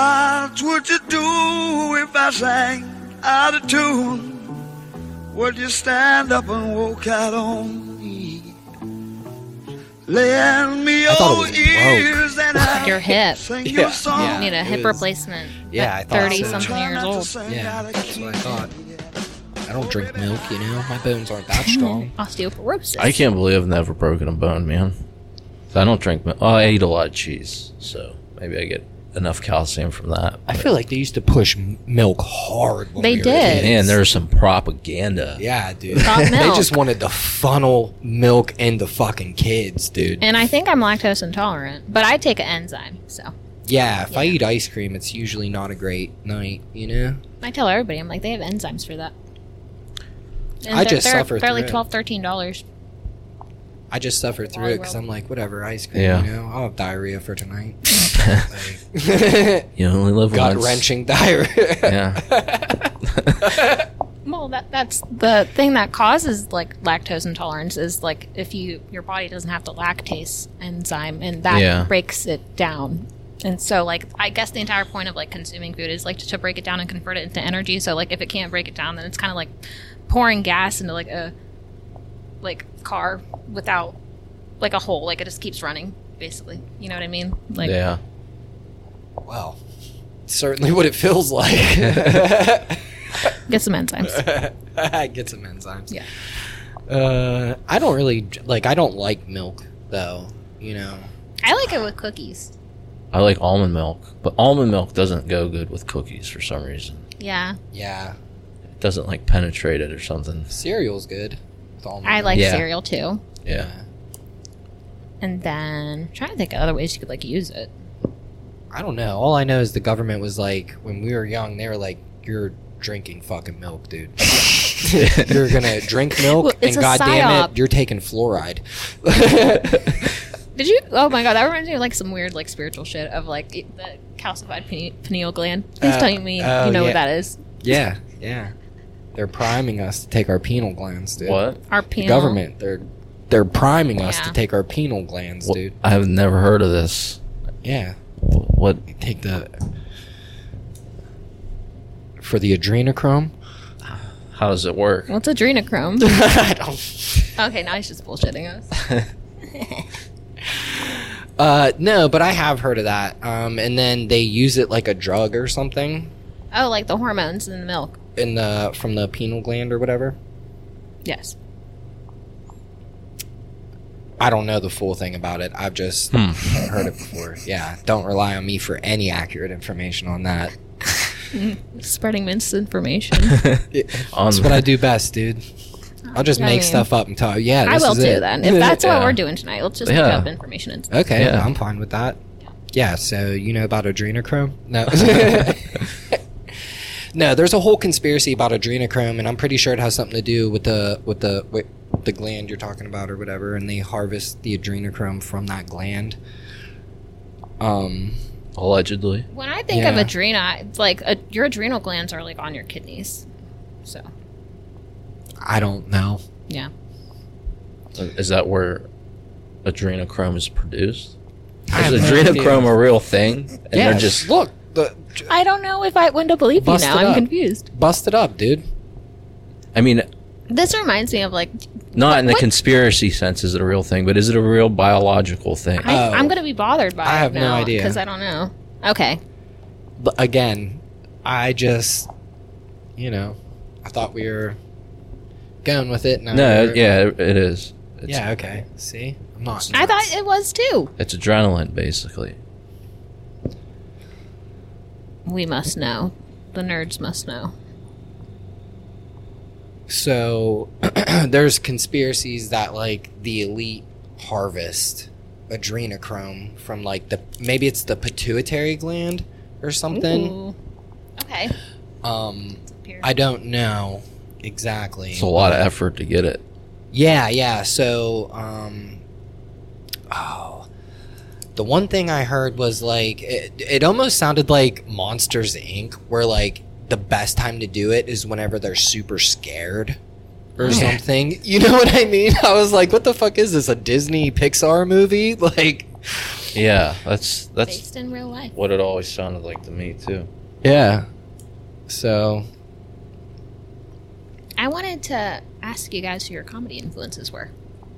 What would you do if I sang out of tune? Would you stand up and walk out on me? Lend me I thought it your was ears and I Your hip. sing Yeah, your song. yeah. Need a it hip is- replacement. Yeah, I at thought so. 30 something Try years not to old. sing Yeah, out of that's what I key. thought. I don't drink milk, you know. My bones aren't that strong. Osteoporosis. I can't believe I've never broken a bone, man. I don't drink milk. Well, I ate a lot of cheese, so maybe I get enough calcium from that. I feel like they used to push m- milk hard. When They we were did. kids. Man, there's some propaganda. Yeah, dude. Stop they milk. just wanted to funnel milk into fucking kids, dude. And I think I'm lactose intolerant, but I take an enzyme, so yeah, if I eat ice cream, it's usually not a great night, you know? I tell everybody, I'm like, they have enzymes for that. And I they're- just they're, suffer They're like through it. twelve, thirteen dollars. I just suffer through it because I'm like, whatever, ice cream, Yeah. you know? I'll have diarrhea for tonight. You only live Gut once. wrenching diarrhea. Yeah. Well, that that's the thing that causes like lactose intolerance is like if you your body doesn't have the lactase enzyme and that Yeah. breaks it down. And so like I guess the entire point of like consuming food is like to break it down and convert it into energy. So like if it can't break it down, then it's kind of like pouring gas into like a like car without like a hole. Like it just keeps running basically. You know what I mean? Like yeah. Well, certainly what it feels like. get some enzymes. Get some enzymes. Yeah. Uh, I don't really, like, I don't like milk, though, you know? I like it with cookies. I like almond milk, but almond milk doesn't go good with cookies for some reason. Yeah. Yeah. It doesn't like penetrate it or something. Cereal's good. With almond I milk. like Yeah. cereal too. Yeah. And then I'm trying to think of other ways you could like use it. I don't know. All I know is the government was like, when we were young, they were like, "You're drinking fucking milk, dude. you're gonna drink milk, Well, and it's a goddamn psyop. it, you're taking fluoride." Did you? Oh my god, that reminds me of like some weird like spiritual shit of like it- the calcified pine- pineal gland. Please Uh, tell me oh, you know yeah. what that is. yeah, yeah. They're priming us to take our penal glands, dude. What? Our The pineal government. They're they're priming us to Yeah. take our penal glands, Wh- dude. I've never heard of this. Yeah. Wh- What? Take the for the adrenochrome. How does it work? What's adrenochrome? I don't. okay, now he's just bullshitting us. Uh, no, but I have heard of that. Um, and then they use it like a drug or something. Oh, like the hormones in the milk. in the from the penal gland or whatever. Yes. I don't know the full thing about it. I've just heard it before. Yeah, don't rely on me for any accurate information on that. Spreading misinformation. On That's what I do best, dude. I'll just I make mean, stuff up and tell you. Yeah, I this will is too it. then. If that's Yeah. what we're doing tonight, let's just Yeah. look up information and okay, Yeah. I'm fine with that. Yeah, so you know about adrenochrome? No. no, there's a whole conspiracy about adrenochrome and I'm pretty sure it has something to do with the with the with the gland you're talking about or whatever and they harvest the adrenochrome from that gland. Um Allegedly. When I think of Yeah. adrena, it's like a, your adrenal glands are like on your kidneys. So I don't know. yeah. Is that where adrenochrome is produced? have no Is adrenochrome a real thing? And Yeah, they're just look, the, I don't know if I when to believe Bust you now. it I'm up. confused. bust it up, dude. I mean, This reminds me of like not in the What? conspiracy sense is it a real thing, but is it a real biological thing? I, Oh. I'm gonna be bothered by. I have it no now, idea. because I don't know. Okay, But again, I just you know, I thought we were going with it. No, no, we're- yeah, it it is. It's, Yeah, okay. See? I'm not I thought it was too. it's adrenaline basically. We must know. The nerds must know. So there's conspiracies that like the elite harvest adrenochrome from like the maybe it's the pituitary gland or something. Ooh. Okay. Um I don't know exactly. It's a lot of effort to get it. Yeah, yeah. So um oh the one thing I heard was like it, it almost sounded like Monsters Inc where like the best time to do it is whenever they're super scared or something. You know what I mean? I was like, what the fuck is this? A Disney Pixar movie? Like, Yeah, that's that's based in real life. what it always sounded like to me too. Yeah. So I wanted to ask you guys who your comedy influences were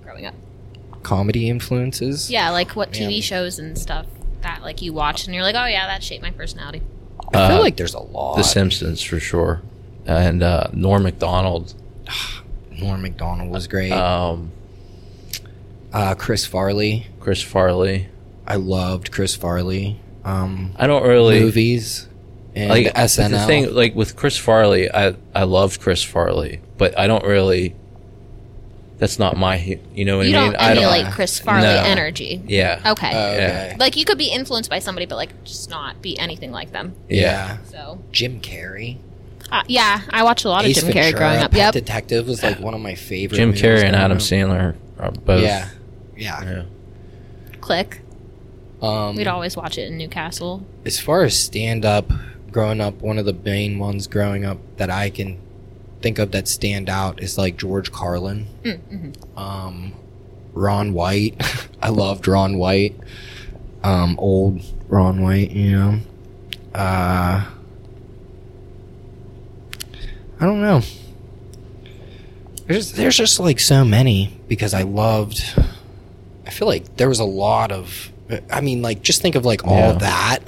growing up. comedy influences. Yeah, like what Man. TV shows and stuff that like you watch and you're like, oh yeah, that shaped my personality. I Uh, feel like there's a lot. The Simpsons for sure, and uh, Norm Macdonald. Norm Macdonald was great. Uh, Um, Chris Farley. Chris Farley. I loved Chris Farley. Um, I don't really movies and like SNL. The thing like with Chris Farley, I I love Chris Farley, but I don't really. That's not my, hu- you know what you I mean. don't I emulate Chris Farley No. energy. Yeah, Okay. Oh, Yeah. okay. like you could be influenced by somebody, but like just not be anything like them. yeah. yeah. So Jim Carrey. uh, yeah, I watched a lot of Ace Jim Carrey Ventura, growing up. Pet Yep. Detective was like one of my favorite. Jim movies Carrey growing and Adam up. Sandler are both. Yeah. Yeah. yeah. Click. Um, We'd always watch it in Newcastle. as far as stand up, growing up, one of the main ones growing up that I can think of that stand out is like George Carlin, Mm, mhm. um, Ron White. I loved Ron White, um, old Ron White. You know, uh, I don't know. There's there's just like so many because I loved. I feel like there was a lot of. I mean, like just think of like all Yeah. that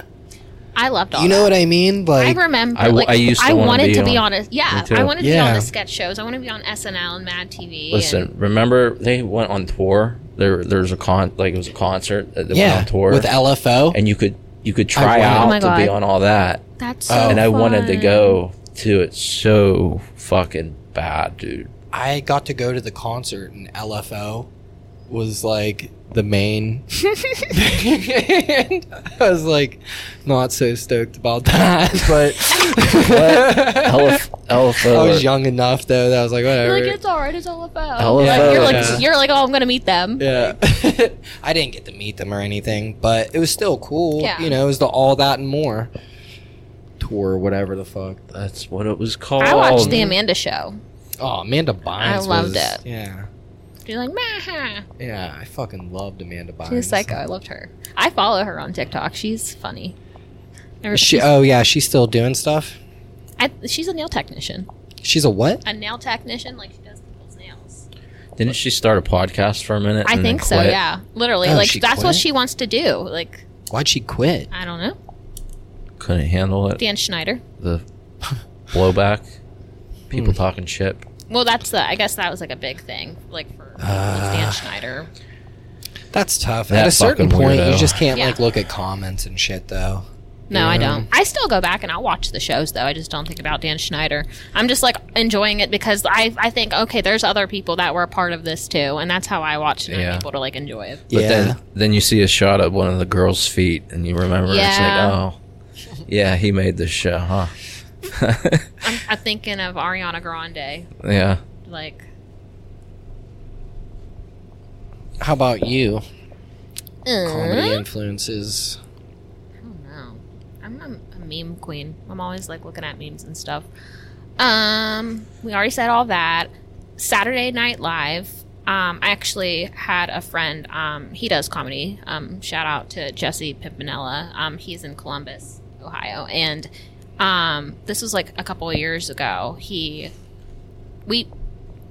I loved all. you know that. what I mean? Like, I remember. I- like, I used to wanna wanted be to be on- on. a yeah. Me too. I wanted to be Yeah. on the sketch shows. I want to be on SNL and Mad TV. and- Listen, remember they went on tour. There, there was a con, like it was a concert that they went yeah, on tour with LFO. and you could you could I try went- out Oh my to be God. on all that. that's so Oh. uh, and I wanted to fun. go to it so fucking bad, dude. I got to go to the concert, and LFO was like the main. band. I was like, not so stoked about that, but LF, I LFO. was young enough though that I was like, You're like whatever. it's all right. It's all about. LFO. Like, you're like Yeah. you're like oh I'm gonna meet them. Yeah, I didn't get to meet them or anything, but it was still cool. Yeah. You know, it was the all that and more tour, whatever the fuck. That's what it was called. I watched the Amanda Show. Oh, Amanda Bynes. loved was- it. Yeah, She's like, Mah. yeah, I fucking loved Amanda Bynes. she's psycho. I loved her. I follow her on TikTok. She's funny. Never- She, oh yeah, she's still doing stuff. I, she's a nail technician. She's a what? A nail technician, like she does people's nails. Didn't she start a podcast for a minute? I and then think so. quit? Yeah, literally. Oh, like she that's what quit? she wants to do. Like Why'd she quit? I don't know. Couldn't handle it. Dan Schneider. The blowback. People talking shit. Well, that's the. I guess that was like a big thing. Like for Ah. Dan Schneider. That's tough. That At a certain fucking point, weirdo. you just can't Yeah. like look at comments and shit though. No, I Yeah. don't. I still go back and I'll watch the shows though. I just don't think about Dan Schneider. I'm just like enjoying it because I I think okay, there's other people that were a part of this too, and that's how I watch it. and Yeah. I'm able to like enjoy it. But yeah. then, then you see a shot of one of the girls' feet, and you remember Yeah. it's like, oh, yeah, he made this show, huh? I'm, I'm thinking of Ariana Grande, yeah. like How about you? Comedy uh, influences. I don't know. I'm a, a meme queen. I'm always like looking at memes and stuff. Um, we already said all that. Saturday Night Live. Um, I actually had a friend. Um, he does comedy. Um, shout out to Jesse Pimpinella. Um, he's in Columbus, Ohio, and um, this was like a couple of years ago. He, we,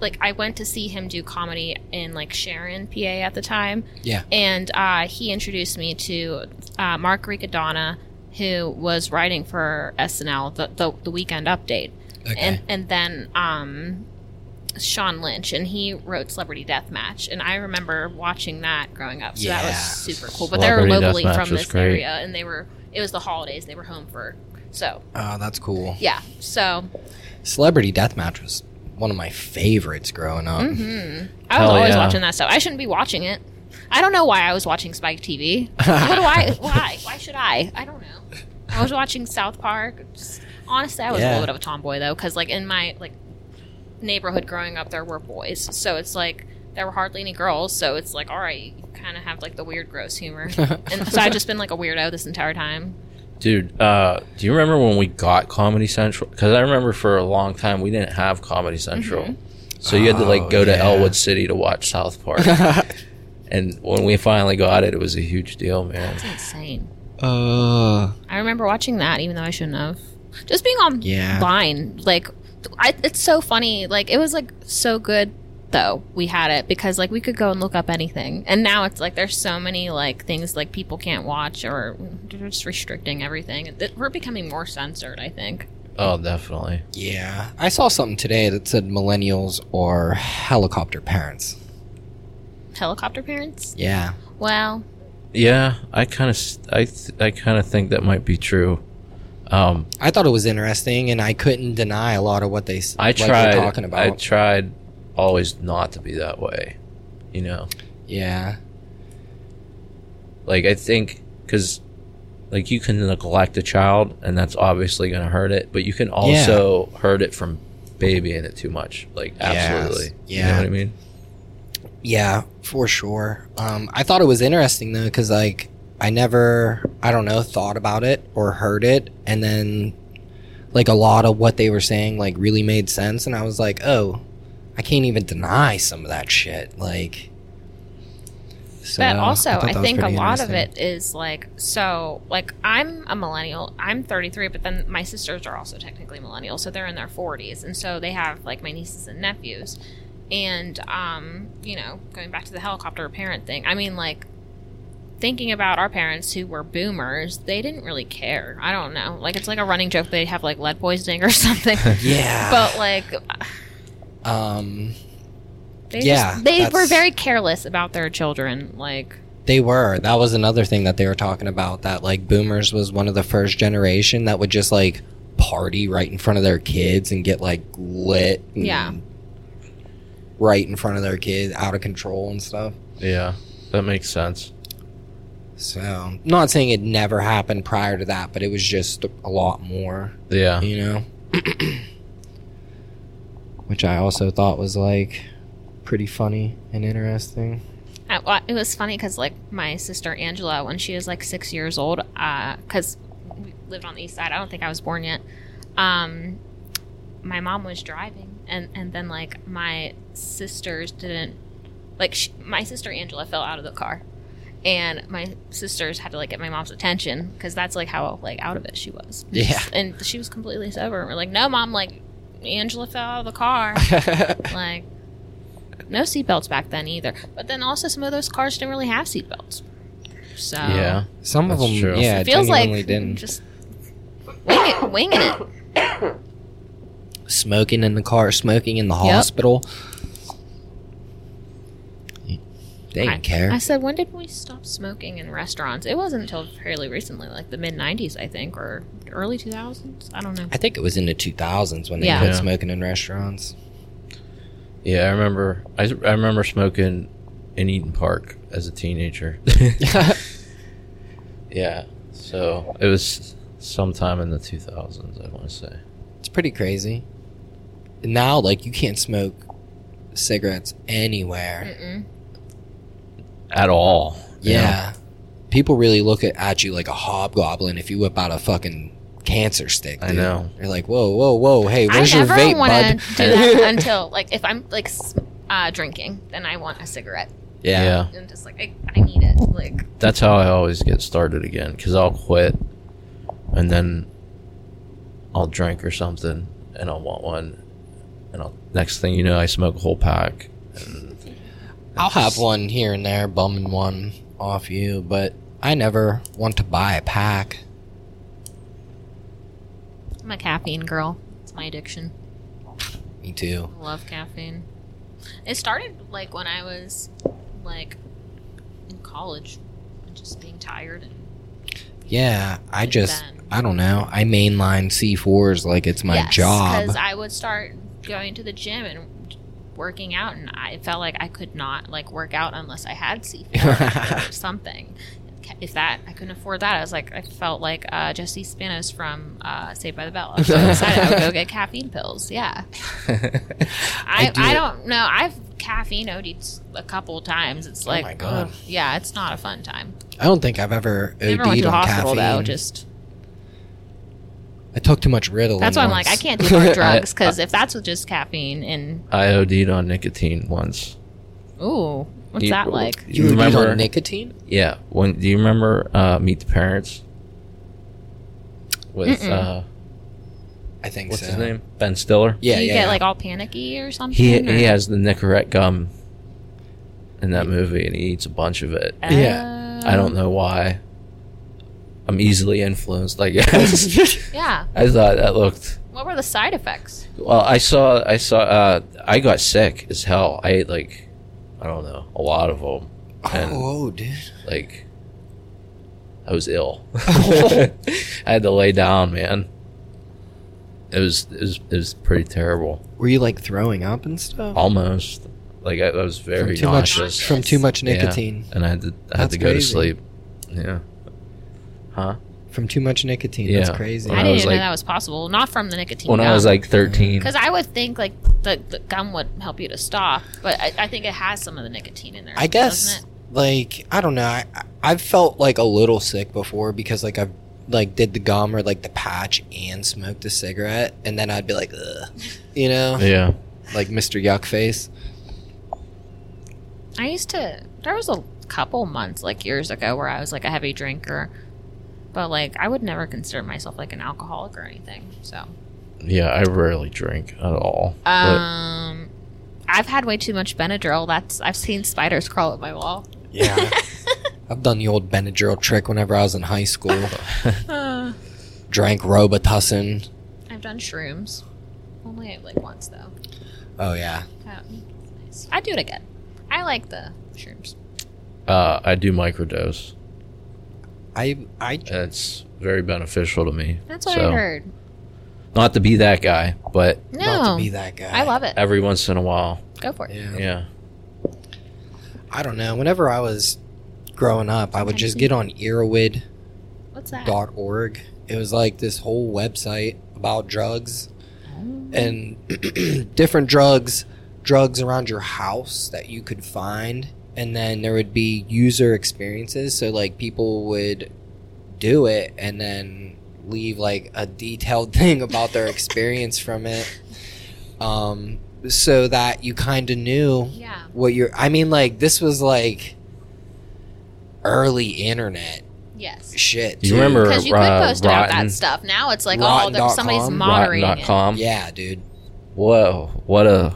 like I went to see him do comedy in like Sharon, PA at the time, Yeah. and uh, he introduced me to uh, Mark Riccadonna, who was writing for SNL, the, the, the Weekend Update, Okay. and and then um, Sean Lynch, and he wrote Celebrity Deathmatch, and I remember watching that growing up, so that Yeah. was super cool. But they were Celebrity locally Deathmatch from was this great. area, and they were it was the holidays, they were home for so oh, that's cool. yeah, so Celebrity Deathmatch was one of my favorites growing up. mm-hmm. I was Hell always yeah. watching that stuff. I shouldn't be watching it. I don't know why I was watching Spike TV. what do I? Why? Why should I? I don't know. I was watching South Park. Just, honestly, I was a Yeah. little bit of a tomboy though, because like in my like neighborhood growing up, there were boys, so it's like there were hardly any girls. So it's like, all right, you kind of have like the weird, gross humor, and so I've just been like a weirdo this entire time. Dude, uh, do you remember when we got Comedy Central? Because I remember for a long time we didn't have Comedy Central. So you had to like Oh, go to yeah. Elwood City to watch South Park. And when we finally got it, it was a huge deal, man. It's insane. Uh, I remember watching that, even though I shouldn't have. Just being online, Yeah. like, I, it's so funny. Like, it was like so good though we had it because like we could go and look up anything, and now it's like there's so many like things like people can't watch or they're just restricting everything. It- We're becoming more censored, I think. Oh, definitely. yeah. I saw something today that said millennials are helicopter parents. Helicopter parents? Yeah. Well, Yeah, I kind of, I, th- I kind of think that might be true. Um, I thought it was interesting, and I couldn't deny a lot of what they s- I what they're tried. talking about. I tried always not to be that way. You know, yeah, like I think because like you can neglect a child, and that's obviously going to hurt it, but you can also hurt it from babying it too much. Like absolutely. You Yeah. know what I mean? yeah, for sure. Um, I thought it was interesting though, because like I never, I don't know, thought about it or heard it, and then like a lot of what they were saying like really made sense, and I was like, oh, I can't even deny some of that shit. Like, so, but also thought i, that was think a pretty lot of interesting. it is like so like i'm a millennial i'm 33 but then my sisters are also technically millennials so they're in their 40s and so they have like my nieces and nephews and um you know going back to the helicopter parent thing i mean like thinking about our parents who were boomers they didn't really care i don't know like it's like a running joke they have like lead poisoning or something Yeah. but like um, they Yeah, just, they were that's- very careless about their children like They were. That was another thing that they were talking about. That like boomers was one of the first generation that would just like party right in front of their kids and get like lit. And Yeah. Right in front of their kids, out of control and stuff. Yeah, that makes sense. So, not saying it never happened prior to that, but it was just a lot more, Yeah. you know? Which I also thought was like pretty funny and interesting. I, well, it was funny because like my sister Angela, when she was like six years old, because we lived on the east side, I don't think I was born yet. Um, my mom was driving, and and then like my sisters didn't like sh my sister Angela fell out of the car, and my sisters had to like get my mom's attention because that's like how like out of it she was. Yeah. and she was completely sober. And we're like, no, mom, like Angela fell out of the car like no seatbelts back then either. But then also some of those cars didn't really have seatbelts. So Yeah. Some of That's them, true. yeah, it feels like genuinely didn't. just wing it, winging it. smoking in the car, smoking in the hospital. They didn't I, care. I said, when did we stop smoking in restaurants? It wasn't until fairly recently, like the mid '90s, I think, or early 2000s. I don't know. I think it was in the 2000s when they Yeah. quit Yeah. smoking in restaurants. Yeah, I remember. I, I remember smoking in Eaton Park as a teenager. yeah, so it was sometime in the 2000s. I want to say. It's pretty crazy. Now, like, you can't smoke cigarettes anywhere. Mm-mm. At all. you Yeah. People really look at, at you like a hobgoblin if you whip out a fucking cancer stick. I dude. know. You're like, whoa, whoa, whoa. Hey, I where's your never vape, want to bud? do that until, like, if I'm like s- uh, drinking, then I want a cigarette, know? yeah. Yeah. and just like I, I need it, like. That's how I always get started again because I'll quit and then I'll drink or something and I'll want one. And I'll, next thing you know, I smoke a whole pack. I'll have one here and there, bumming one off you, but I never want to buy a pack. I'm a caffeine girl. It's my addiction. Me too. I love caffeine. It started like when I was like in college, and just being tired. And Yeah, I just then- I don't know. I mainline C4s like it's my job. Because I would start going to the gym and working out, and I felt like I could not like work out unless I had C4 or something. If that I couldn't afford that, I was like I felt like uh, Jesse Spanos from uh, Saved by the Bell. I was so excited. I would go get caffeine pills. Yeah. I, I do I, it- don't know. I've caffeine OD'd s- a couple times. It's like, Oh my God. ugh, yeah, it's not a fun time. I don't think I've ever OD'd Never went to the on hospital caffeine. though. Just I took too much Ritalin. that's why I'm like, I once. can't do hard drugs because if that's with just caffeine and I OD'd on nicotine once. ooh, What's You- that like? You, would use on nicotine? Yeah. When do you remember uh, Meet the Parents? With Mm-mm. uh, I think what's so. his name? Ben Stiller. Yeah, Do you yeah. get yeah. like all panicky or something? He or- he has the Nicorette gum in that movie, and he eats a bunch of it. Yeah. Oh, I don't know why. I'm easily influenced, I guess. Yeah. I thought that looked What were the side effects? well. I saw I saw uh, I got sick as hell. I ate like I don't know a lot of them, and oh, dude. like I was ill. I had to lay down, man. It was it was it was pretty terrible. Were you like throwing up and stuff? Almost like I, I was very from too much nauseous. from too much Yeah. nicotine. and I had to I had That's to go crazy. to sleep. Yeah. Huh? From too much nicotine. Yeah. That's crazy. When I I didn't was, even like- know that was possible. Not from the nicotine. When I was like 13, because I would think like the, the gum would help you to stop, but I, I think it has some of the nicotine in there. I guess doesn't it? like I don't know. I I- I've felt like a little sick before because like I've like did the gum or like the patch and smoked a cigarette and then I'd be like, Ugh, you know, yeah. like Mr. Yuck face. I used to. There was a couple months like years ago where I was like a heavy drinker, but like I would never consider myself like an alcoholic or anything. So Yeah, I rarely drink at all. but Um, I've had way too much Benadryl. That's I've seen spiders crawl up my wall. Yeah. I've done the old Benadryl trick whenever I was in high school. Uh, Drank Robitussin. I've done shrooms, only like once though. Oh yeah. Uh, nice. I do it again. I like the shrooms. uh, I do microdose. I I and It's very beneficial to me. That's what So, I heard. Not to be that guy, but not No, to be that guy. I love it. every once in a while. Go for it. Yeah. Yeah. I don't know. Whenever I was growing up, I would just get on earwid.org. What's that? It was like this whole website about drugs Oh. and different drugs, drugs around your house that you could find. And then there would be user experiences. So, like, people would do it and then leave like a detailed thing about their experience from it. Um, so that you kind of knew Yeah. what you're i mean like this was like early internet Yes. shit You too. remember Because you could uh, post about Rotten- that stuff. Now it's like oh, Rotten there, dot somebody's com? moderating it. Rotten.com? yeah dude Whoa, what a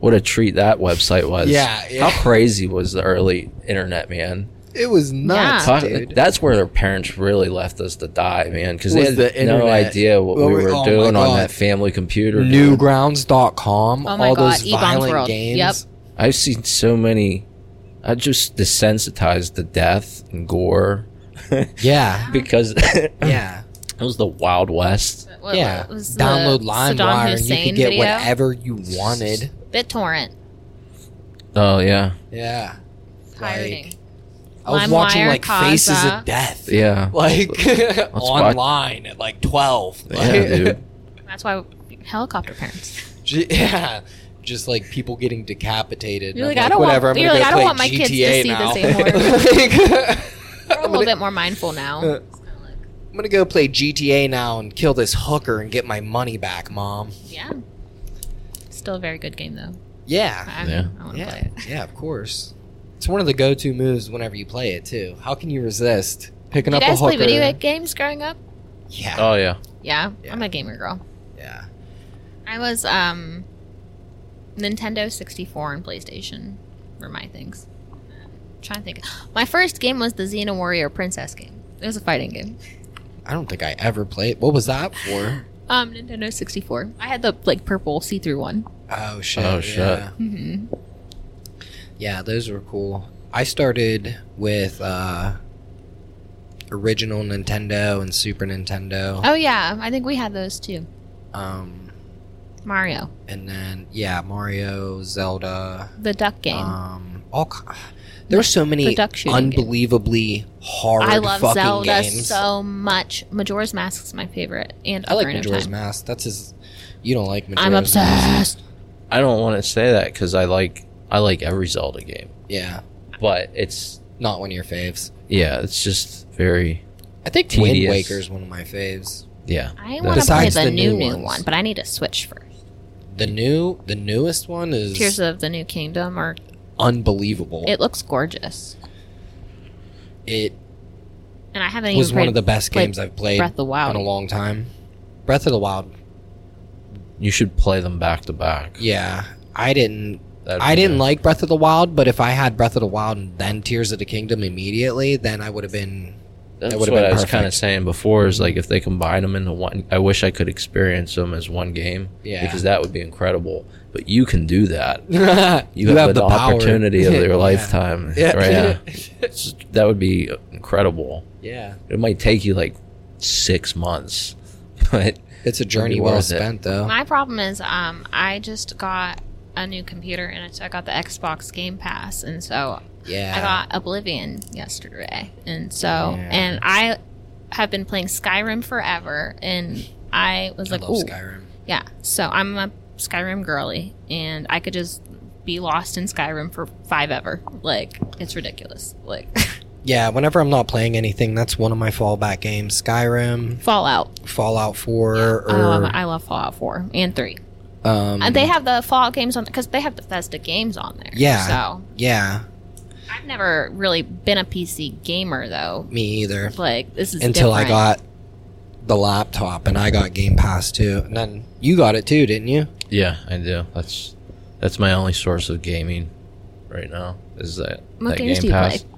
what a treat that website was. Yeah, yeah. How crazy was the early internet, man? it was nuts Yeah. Talk- dude That's where their parents really left us to die, man, because they Was had the no internet. idea what Well, we we- were oh my doing on God. that family computer. dude. newgrounds.com Oh my all God, those E-Bombs violent World. games Yep. I've seen so many. I just desensitized to death and gore yeah because it yeah was the Wild West. What- yeah what was the download Saddam LimeWire and you Hussein could get video? whatever you wanted BitTorrent Oh yeah, yeah pirating. i was watching LimeWire, like faces Kazaa. of death yeah, like watch- online at like 12 yeah, Like- dude. That's why helicopter parents. J- yeah, just like people getting decapitated. You're and like, I'm I don't want- whatever, you're like, I don't want my kids to GTA see now. this We're a I'm, little gonna, bit more mindful now. I'm gonna go play GTA now and kill this hooker and get my money back, mom. Yeah. Still a very good game though. Yeah, I, Yeah. I want to play yeah, it. yeah. Of course, it's one of the go-to moves whenever you play it too. How can you resist picking Did you up guys a hooker? play video games growing up? Yeah, Oh yeah, Yeah, Yeah. I'm a gamer girl. Oh. yeah. I was um Nintendo 64 and PlayStation were my things. I'm trying to think. My first game was the Xena Warrior Princess game. It was a fighting game. I don't think I ever played. What was that for? Um Nintendo 64. I had the like purple see-through one. Oh shit! Oh, yeah. shit. hmm Mm-hmm. Yeah, those were cool. I started with uh, original Nintendo and Super Nintendo, Oh yeah, I think we had those too. Oh. um, Mario, and then yeah, Mario, Zelda, the duck game. um, all. ki- There were so many duck shooting game. unbelievably hard I love fucking Zelda games. so much. Majora's Mask is my favorite, and I like Ocarina of Majora's Time. Mask. That's his. You don't like Majora's I'm Mask. obsessed. I don't want to say that because I like I like every Zelda game, Yeah, but it's not one of your faves. yeah, it's just very I think Wind Tedious. Waker is one of my faves. yeah. I That's- want to play Besides the, the new new new ones. one, but I need to switch first. The new, the newest one is Tears of the New Kingdom or unbelievable. It looks gorgeous, It and I haven't was even played, one of the best played games I've played Breath of the Wild. in a long time. Breath of the Wild. You should play them back to back. Yeah, I didn't. That'd I be didn't nice. like Breath of the Wild, but if I had Breath of the Wild and then Tears of the Kingdom immediately, then I would have been. That's That what would've been I was kind of perfect. saying before. Is like if they combine them into one. I wish I could experience them as one game. Yeah. Because that would be incredible. But you can do that. you, have, You, have, the, power. opportunity of Yeah. your lifetime. Yeah. Right now. It's- that would be incredible. yeah, It might take you like six months, but it's a journey be well worth it. spent, though. My problem is, um, I just got a new computer, and so I got the Xbox Game Pass, and so Yeah, I got Oblivion yesterday, and so Yeah. and I have been playing Skyrim forever, and I was I like, love ooh, Skyrim. yeah. So I'm a Skyrim girly, and I could just be lost in Skyrim for five ever. Like it's ridiculous. Like Yeah, whenever I'm not playing anything, that's one of my fallback games: Skyrim, Fallout. Fallout Four, or I love Oh, I love Fallout Four and Three. um, And they have the Fallout games on because they have Bethesda games on there. Yeah. So yeah, I've never really been a PC gamer though. me either. Like this is until I different. got the laptop and I got Game Pass too. And then you got it too, didn't you? yeah, I do. That's that's my only source of gaming right now. Is that What that games Game do you Pass? play?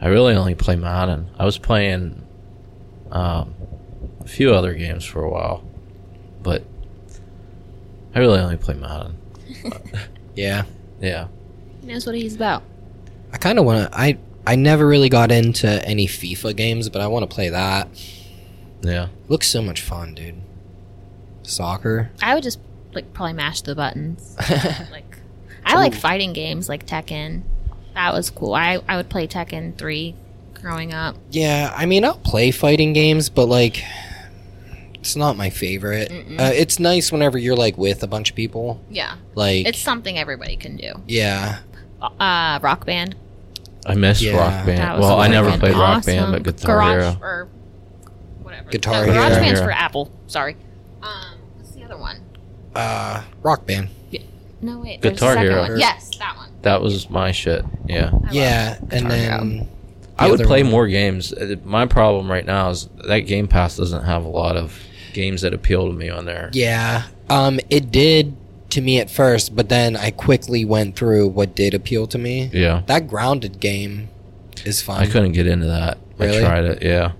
I really only play Madden. I was playing um, a few other games for a while, but I really only play Madden. Yeah. Yeah, He knows what he's about. I kind of want to. I I never really got into any FIFA games, but I want to play that. yeah. Looks so much fun, dude. Soccer. I would just like probably mash the buttons. like I like fighting games like Tekken. That was cool. I, I would play Tekken three growing up. Yeah, I mean, I'll play fighting games, but like, it's not my favorite. Uh, it's nice whenever you're like with a bunch of people. Yeah. Like, It's something everybody can do. yeah, Uh rock band. I miss Yeah. That Rock Band. was Well, I never fucking played Rock Band, awesome. but Guitar Garage Hero. or whatever. Guitar no, Garage Hero. band's Hero. for Apple. Sorry. Um what's the other one? uh, rock band. No wait. there's a Guitar second Hero. One. Yes, that one. That was my shit. Yeah. I love yeah, and Guitar Hero. then um, I the would other play one- more games. Uh, My problem right now is that Game Pass doesn't have a lot of games that appeal to me on there. Yeah. Um, it did to me at first, but then I quickly went through what did appeal to me. Yeah. That grounded game is fun. I couldn't get into that. Really? I tried it. Yeah.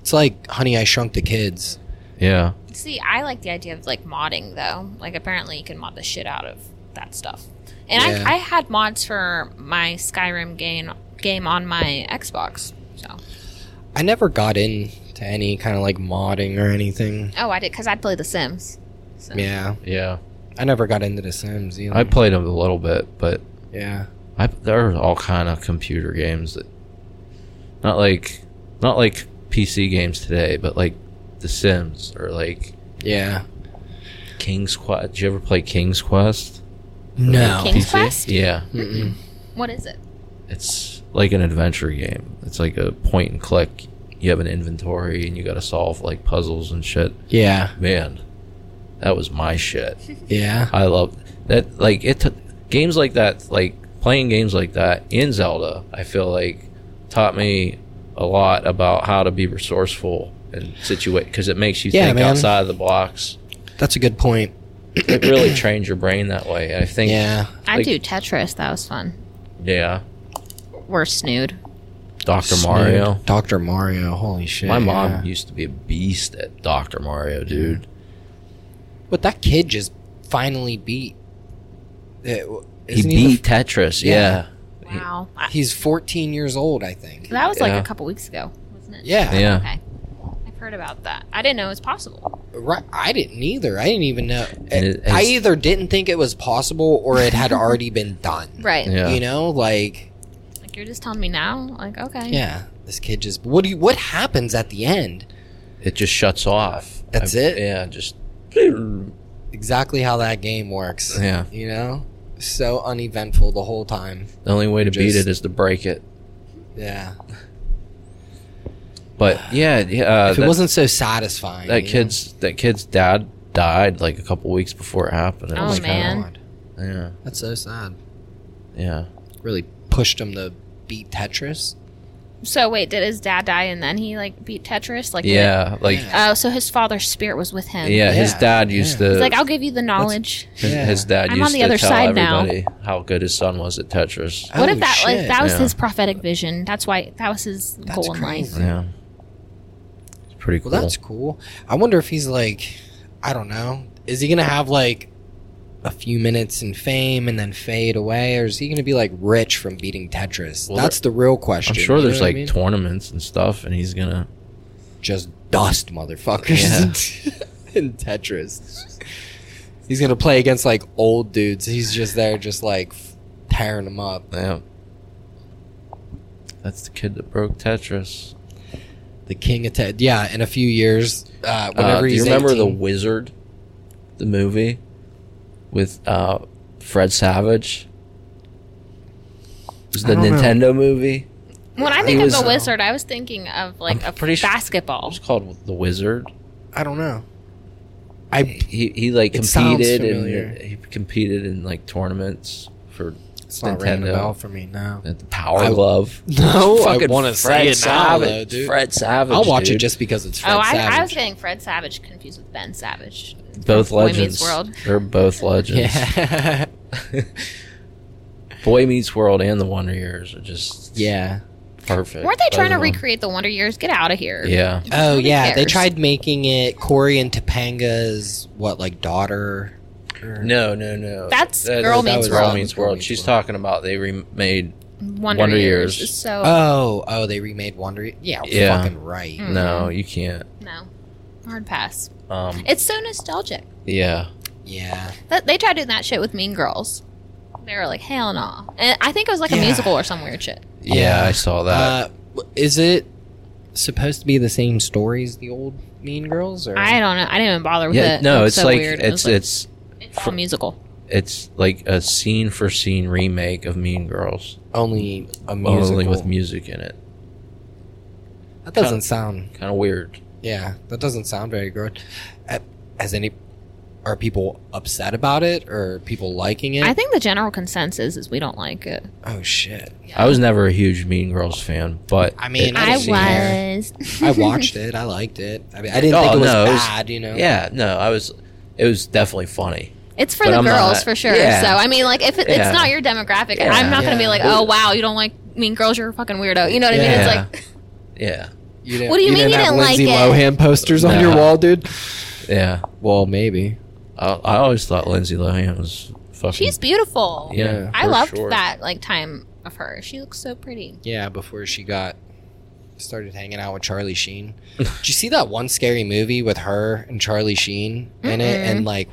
It's like Honey, I Shrunk the Kids. Yeah. See, I like the idea of like modding though. Like apparently you can mod the shit out of that stuff. And Yeah. I, I had mods for my Skyrim game game on my Xbox. So I never got into any kind of like modding or anything. oh, I did because I play The Sims. So. Yeah, Yeah. I never got into The Sims either. I played them a little bit, but yeah, I, there are all kind of computer games that not like not like PC games today, but like The Sims or like yeah. King's Quest. Did you ever play King's Quest? No, King's Quest. Yeah. Mm-mm. What is it? it's like an adventure game. It's like a point and click. You have an inventory and you got to solve like puzzles and shit. yeah, Man, that was my shit. yeah. I love that. Like it, took games like that, like playing games like that in Zelda, I feel like taught me a lot about how to be resourceful and situate because it makes you Yeah, think man. outside of the box. That's a good point. It really trains your brain that way. I think. Yeah, I Like- do Tetris. That was fun. Yeah. We're snood. Doctor Mario. Doctor Mario. Holy shit! My mom yeah. used to be a beast at Doctor Mario, dude. But that kid just finally beat. It, He isn't beat the Tetris, Yeah. yeah. Wow, I- He's 14 years old, I think. that was like Yeah. a couple weeks ago, wasn't it? Yeah. Yeah. Okay. I've heard about that. I didn't know it was possible. Right. I didn't either. I didn't even know. And it- I it's- either didn't think it was possible or it had already been done. Right. Yeah. You know, like Like you're just telling me now. Like okay. yeah, this kid just what do you, what happens at the end? It just shuts off. That's it? Yeah, just Exactly how that game works. Yeah. You know? So uneventful the whole time. the only way to beat Just- it is to break it. Yeah. But yeah, yeah. Uh, if that, it wasn't so satisfying. that you kid's that kid's dad died like a couple weeks before it happened. It know? Oh, was my kinda- man. God. Yeah. That's so sad. Yeah. Really pushed him to beat Tetris. So wait, did his dad die and then he like beat Tetris? Like Yeah. Like Yeah. Oh, so his father's spirit was with him. yeah, his Yeah, dad used yeah. to He's like, I'll give you the knowledge. his, Yeah. his dad I'm used on the to other tell side now. everybody how good his son was at Tetris. What Oh, if that shit. like that was Yeah. his prophetic vision? That's why that was his goal in crazy. life. Yeah. It's pretty cool. Well, that's cool. I wonder if he's like, I don't know. Is he gonna have like a few minutes in fame and then fade away, or is he gonna be like rich from beating Tetris? Well, That's the real question. I'm sure you know there's what I like mean? tournaments and stuff, and he's gonna. just dust motherfuckers in Tetris. He's gonna play against like old dudes. He's just there, just like f- tearing them up. Yeah. That's the kid that broke Tetris. The king of Tet. Yeah, in a few years, uh, Uh, whenever do he's you remember the 18 Wizard, the movie, with uh, Fred Savage? It was the I don't know. Nintendo movie. When I think He of was- uh, the wizard, I was thinking of like I'm a pretty sure- It basketball. was called The Wizard. I don't know. I He he like It sounds competed familiar. and he competed in like tournaments for it's not ringing a Nintendo. bell for me now. at the Power I- Glove. No, I Fucking wanna see Fred it now, though, Savage, dude. Fred Savage. I'll watch it dude. just because it's Fred Oh, I, Savage. I was getting Fred Savage confused with Ben Savage. both Boy Meets legends. World. They're both legends. yeah, Boy Meets World and the Wonder Years are just yeah. perfect. Weren't they Both trying to of them. recreate the Wonder Years? Get out of here. Yeah, Oh Nobody yeah, they cares. tried making it Corey and Topanga's what like daughter. or- no, no, no. That's Girl Meets Girl World. Meets Girl World. Meets She's World. talking about they remade. Wonder, Wonder Years. Years. Uh, So Oh, oh, they remade Wonder. Yeah, Yeah. fucking right. Mm. No, you can't. no, hard pass. Um, It's so nostalgic. yeah, Yeah, That, they tried doing that shit with Mean Girls. They were like, hell no. And I think it was like a Yeah. musical or some weird shit. yeah, Yeah. I saw that. uh, w- is it supposed to be the same story as the old Mean Girls? Or I don't know. I didn't even bother with yeah, it. It no, was it's so like weird. It it's was like, it's it's all musical. it's like a scene for scene remake of Mean Girls, only a musical. only with music in it. that doesn't sound. Kind of weird. Yeah, that doesn't sound very good. Uh, Has any? Are people upset about it, or are people liking it? I think the general consensus is we don't like it. oh shit! I was never a huge Mean Girls fan, but I mean, it- I I don't see hair. was. I watched it. I liked it. I mean, I didn't Oh, think it was no, it was- bad. You know. yeah, no, I was. It was definitely funny. It's for But the I'm girls not- for sure. yeah. So I mean, like if it, Yeah. it's not your demographic, Yeah. I'm not gonna be Yeah. like, oh wow, you don't like Mean Girls, you're a fucking weirdo. You know what I mean? It's Yeah. like Yeah, You didn't, What do you mean you have didn't like Lindsay it? Lohan posters on No. your wall, dude? yeah. Well, maybe. I, I always thought Lindsay Lohan was fucking. she's beautiful. yeah, I for loved sure. that like time of her. She looks so pretty. Yeah, before she got started hanging out with Charlie Sheen. Did you see that one scary movie with her and Charlie Sheen in it? Mm-mm. And like,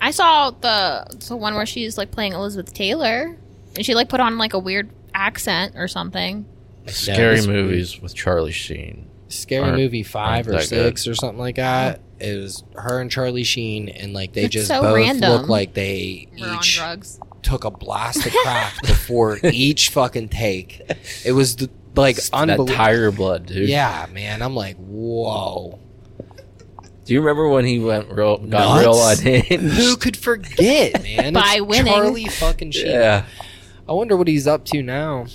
I saw the the one where she's like playing Elizabeth Taylor, and she like put on like a weird accent or something. Scary this- movies with Charlie Sheen. scary Aren't- movie five aren't or that good. six or something like that. It was her and Charlie Sheen, and like they That's just so both random. look like they We're on each drugs. took a blast of crack before each fucking take. It was the, like That unbelievable. Tiger Blood, dude. Yeah, man. I'm like, whoa. Do you remember when he went real got Nuts? real unhinged? Who could forget, man? By winning. Charlie fucking Sheen. yeah. I wonder what he's up to now.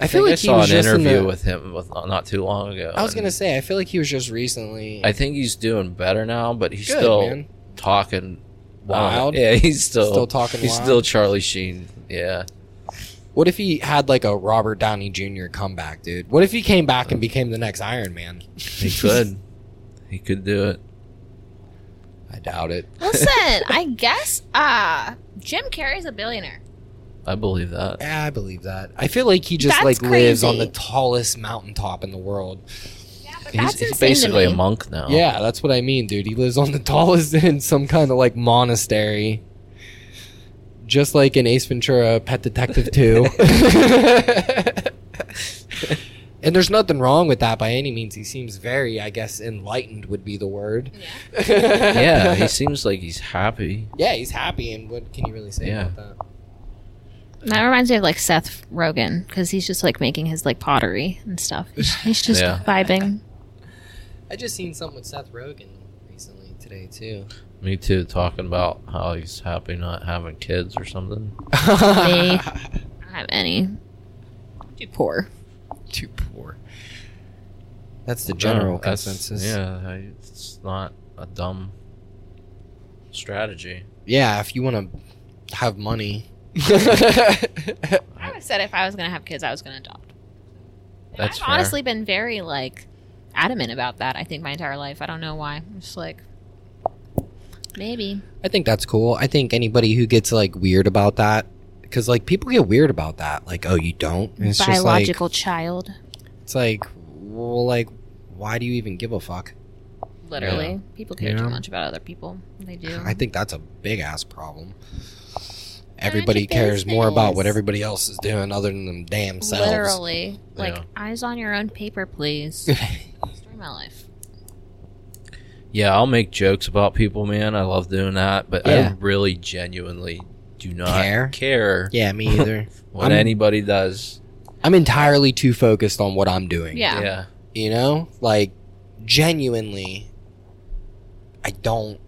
I I feel think like I he saw was an just in interview the- with him with, uh, not too long ago. I was and gonna say, I feel like he was just recently. I think he's doing better now, but he's Good, still man. talking Wild? Uh, yeah, he's still Still talking He's wild? still Charlie Sheen. Yeah. What if he had like a Robert Downey Jr. comeback, dude? What if he came back and became the next Iron Man? He could. he could do it. I doubt it. Listen, I guess uh Jim Carrey's a billionaire. I believe that. Yeah, I believe that. I feel like he just like That's lives on the crazy. tallest mountaintop in the world. Yeah, but He's, he's basically a monk now. Yeah, that's what I mean, dude. He lives on the tallest in some kind of like monastery. Just like in Ace Ventura Pet Detective 2. and there's nothing wrong with that by any means. He seems very, I guess, enlightened would be the word. Yeah. yeah, he seems like he's happy. Yeah, he's happy and what can you really say Yeah. about that? That reminds me of like Seth Rogen because he's just like making his like pottery and stuff. He's, he's just Yeah. vibing. I just seen something with Seth Rogen recently today too. Me too, talking about how he's happy not having kids or something. They don't have any. Too poor. Too poor. That's the general No, Oh, that's- consensus. Yeah, I, it's not a dumb strategy. Yeah, if you want to have money. I always said if I was going to have kids, I was going to adopt. And That's I've fair. honestly been very like adamant about that. I think my entire life. I don't know why. I'm just like maybe. I think that's cool. I think anybody who gets like weird about that because like people get weird about that. Like, oh, you don't. And it's just like biological child. it's like well, like why do you even give a fuck? Literally, people care Yeah. too much about other people. They do. I think that's a big ass problem. your Everybody cares more about what business. everybody else is doing other than them damn selves. Literally, like Yeah. eyes on your own paper, please. Story of my life. Yeah, I'll make jokes about people, man. I love doing that, but Yeah. I really genuinely do not Care? care, yeah, me either. what I'm- anybody does. I'm entirely too focused on what I'm doing. Yeah. yeah. You know? Like genuinely I don't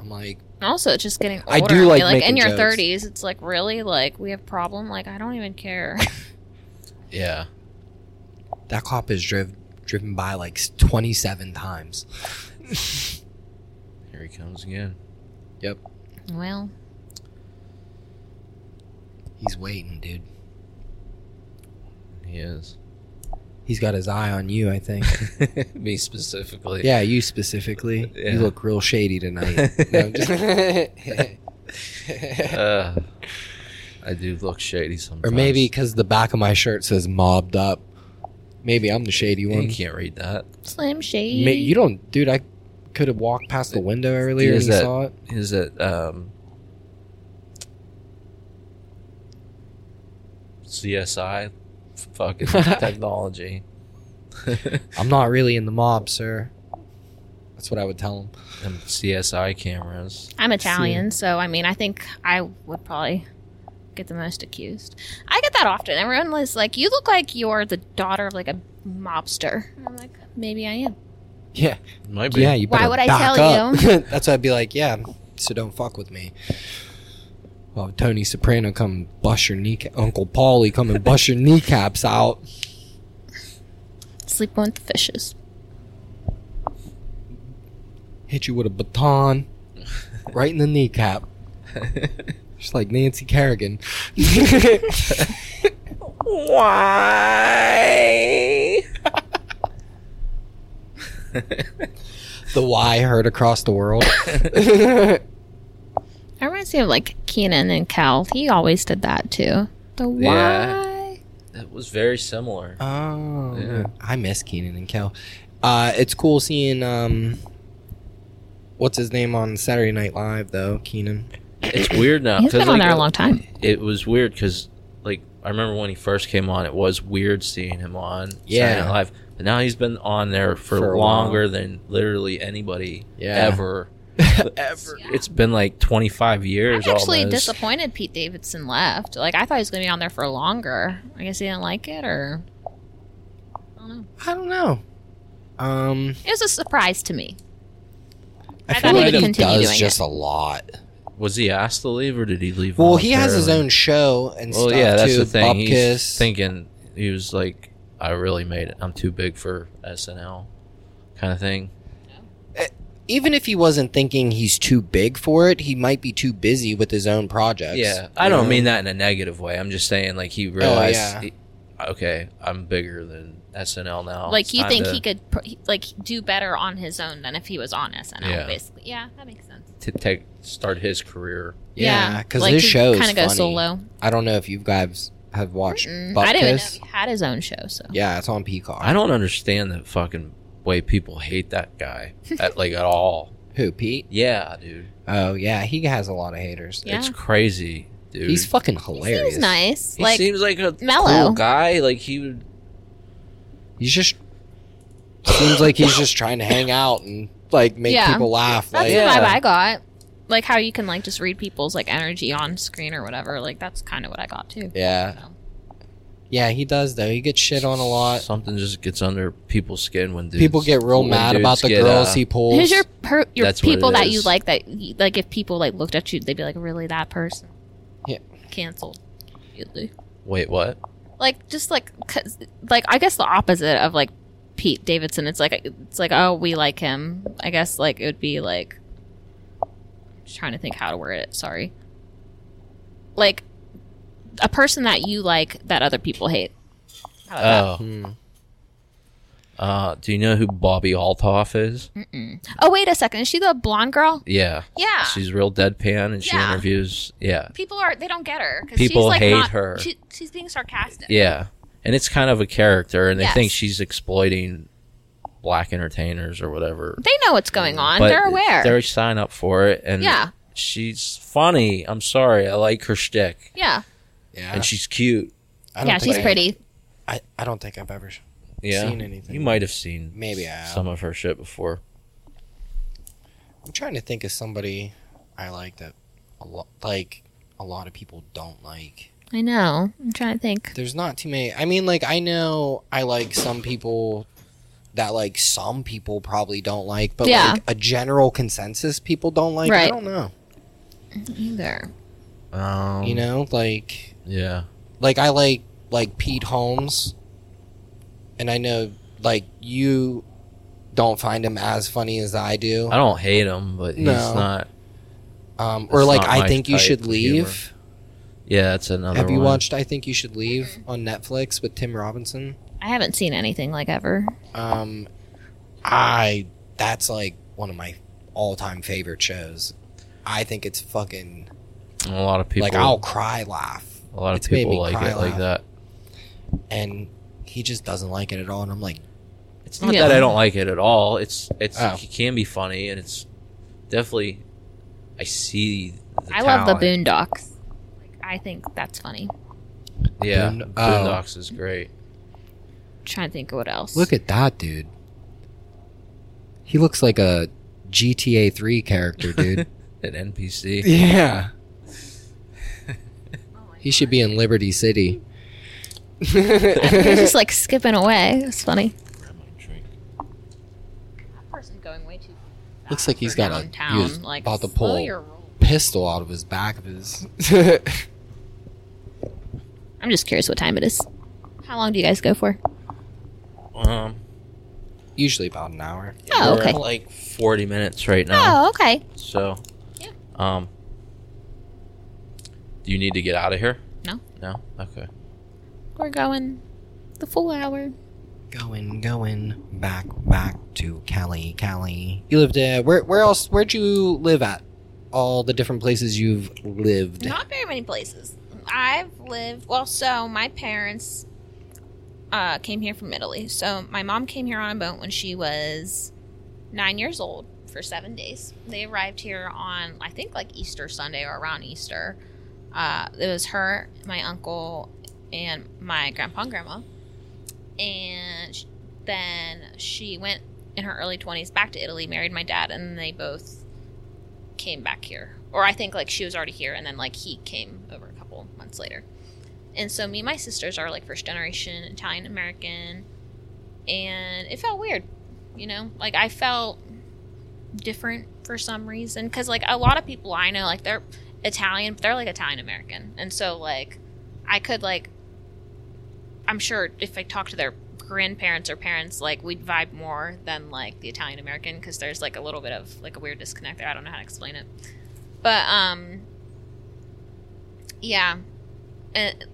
I'm like Also, it's just getting older. I do like feel like in making your jokes. 30s, it's like really like we have problem. Like I don't even care. yeah. that cop is driv- driven by like 27 times. Here he comes again. Yep. well, He's waiting, dude. He is. He's got his eye on you, I think. Me specifically. yeah, you specifically. Yeah. You look real shady tonight. No, I'm just- Uh, I do look shady sometimes. or maybe because the back of my shirt says mobbed up. Maybe I'm the shady you one. can't read that. Slim Shady. Ma- you don't, dude. I could have walked past the window earlier Is and you that- saw it. Is it um CSI fucking technology? I'm not really in the mob, sir. That's what I would tell him. Them CSI cameras. I'm Italian, so I mean, I think I would probably get the most accused. I get that often. Everyone is like, "You look like you're the daughter of like a mobster." I'm like, maybe I am. Yeah, Might be. yeah. You Why better would I back tell up. you? That's why I'd be like, yeah. So don't fuck with me. Well, Tony Soprano come and bust your kneecap. Uncle Paulie come and bust your kneecaps out. Sleeping with the fishes. Hit you with a baton, right in the kneecap. Just like Nancy Kerrigan. Why? the Y heard across the world. That reminds me of like Keenan and Cal. He always did that too. The why? Yeah. That was very similar. Oh, Yeah. I miss Keenan and Kel. Uh, it's cool seeing um, what's his name on Saturday Night Live though, Keenan. It's weird now. He's 'cause, been on like, there a long time. It was weird because, like, I remember when he first came on, it was weird seeing him on Yeah. Saturday Night Live. But now he's been on there for, For a while. longer than literally anybody Yeah. ever. Ever. It's been like 25 years I'm actually almost. disappointed Pete Davidson left. Like I thought he was going to be on there for longer. I guess he didn't like it, or I don't know. I don't know. Um, It was a surprise to me. I I, thought feel he like would he continue does doing just a lot. was he asked to leave or did he leave? Well, he has his voluntarily? own show and Well, stuff yeah, that's too. the thing. Bupkis. He's thinking he was like, I really made it. I'm too big for SNL, kind of thing. Even if he wasn't thinking he's too big for it, he might be too busy with his own projects. yeah, I you don't know? mean that in a negative way. I'm just saying like he realized, yeah. he- okay, I'm bigger than SNL now. like Oh, It's you time think to he could pr- he- like do better on his own than if he was on SNL, Yeah. basically. Yeah, that makes sense. to take start his career. Yeah, because like, his he show is kinda funny. goes solo. I don't know if you guys have watched. Mm, Bupkis. I didn't even know he had his own show. So Yeah, it's on Peacock. I don't understand the fucking way people hate that guy at like at all. Who Pete? Yeah, dude, Oh yeah, he has a lot of haters. Yeah. it's crazy, dude. He's fucking he hilarious. seems nice. he like seems like a mellow. cool guy. Like he would He's just seems like he's just trying to hang out and like make Yeah. people laugh. that's Like, Yeah. the vibe I got. Like how you can like just read people's like energy on screen or whatever. Like that's kind of what I got too. yeah. Yeah, he does though. He gets shit on a lot. Something just gets under people's skin when dudes, People get real when mad dudes about the get, girls uh, he pulls. Who's your per- your That's what people it that you is. like that you, like if people like looked at you they'd be like really that person? Yeah. Canceled. Really. Wait, what? Like just like 'cause- like I guess the opposite of like Pete Davidson. It's like it's like oh we like him. I guess like it would be like just trying to think how to word it. Sorry. Like a person that you like that other people hate. How about that? Oh, Hmm. uh, do you know who Bobby Althoff is? Mm-mm. Oh wait a second. Is she the blonde girl? Yeah, Yeah. she's real deadpan, and she Yeah. interviews. Yeah, people are they don't get her. 'cause People she's, like, hate not- her. She, she's being sarcastic. yeah, and it's kind of a character, and they Yes. think she's exploiting black entertainers or whatever. They know what's going on. But They're aware. They sign up for it, and Yeah. she's funny. I'm sorry, I like her shtick, yeah. Yeah, and she's cute. I don't Yeah, think she's I- pretty. I, I don't think I've ever. Yeah, Seen anything. you might have seen Maybe I have. some of her shit before. I'm trying to think of somebody I like that a lot like a lot of people don't like. I know. I'm trying to think. There's not too many. I mean, like I know I like some people that like some people probably don't like, but Yeah. like a general consensus people don't like. I Right. don't know. Either. Um, you know, like yeah, like I like like Pete Holmes, and I know like you don't find him as funny as I do. I don't hate him, but he's No. not. um, or It's like not I my think you type should of humor. leave. Yeah, that's another. Have you one. watched I Think You Should Leave on Netflix with Tim Robinson? I haven't seen anything like ever. Um, I that's like one of my all-time favorite shows. I think it's fucking And A lot of people. like I'll cry laugh, a lot of it's made me people like cry it like laugh. that. and he just doesn't like it at all. And I'm like, It's not Yeah. that I don't like it at all. It's it's Oh. it can be funny, and it's definitely. I see. The I love the talent. Boondocks. Like, I think that's funny. Yeah, Boon- oh. Boondocks is great. trying to think of what else. look at that dude. He looks like a GTA Three character, dude. An NPC. yeah, he should be in Liberty City. He's just like skipping away. It's funny. That person's going way too. Looks like he's got a he was about to pull pistol out of his back of his. I'm just curious what time it is. How long do you guys go for? Um, Usually about an hour. Oh, we're okay. at, like forty minutes right now. Oh, okay. So, Yeah. um, do you need to get out of here? No. No. Okay. We're going the full hour. Going, going back, back to Cali, Cali. You lived uh, where? Where else? Where'd you live at? All the different places you've lived. Not very many places. I've lived well. So my parents uh, came here from Italy. So my mom came here on a boat when she was nine years old for seven days. They arrived here on I think like Easter Sunday or around Easter. Uh, it was her, my uncle, and my grandpa and grandma. And sh- then she went in her early twenties back to Italy, married my dad, and they both came back here. Or I think like she was already here and then like he came over a couple months later. And so me and my sisters are like first generation Italian American and it felt weird, you know? Like I felt different for some reason cuz like a lot of people I know like they're Italian, but they're like Italian American. And so like I could like I'm sure if I talk to their grandparents or parents, like we'd vibe more than like the Italian American because there's like a little bit of like a weird disconnect there. I don't know how to explain it, but um, yeah, and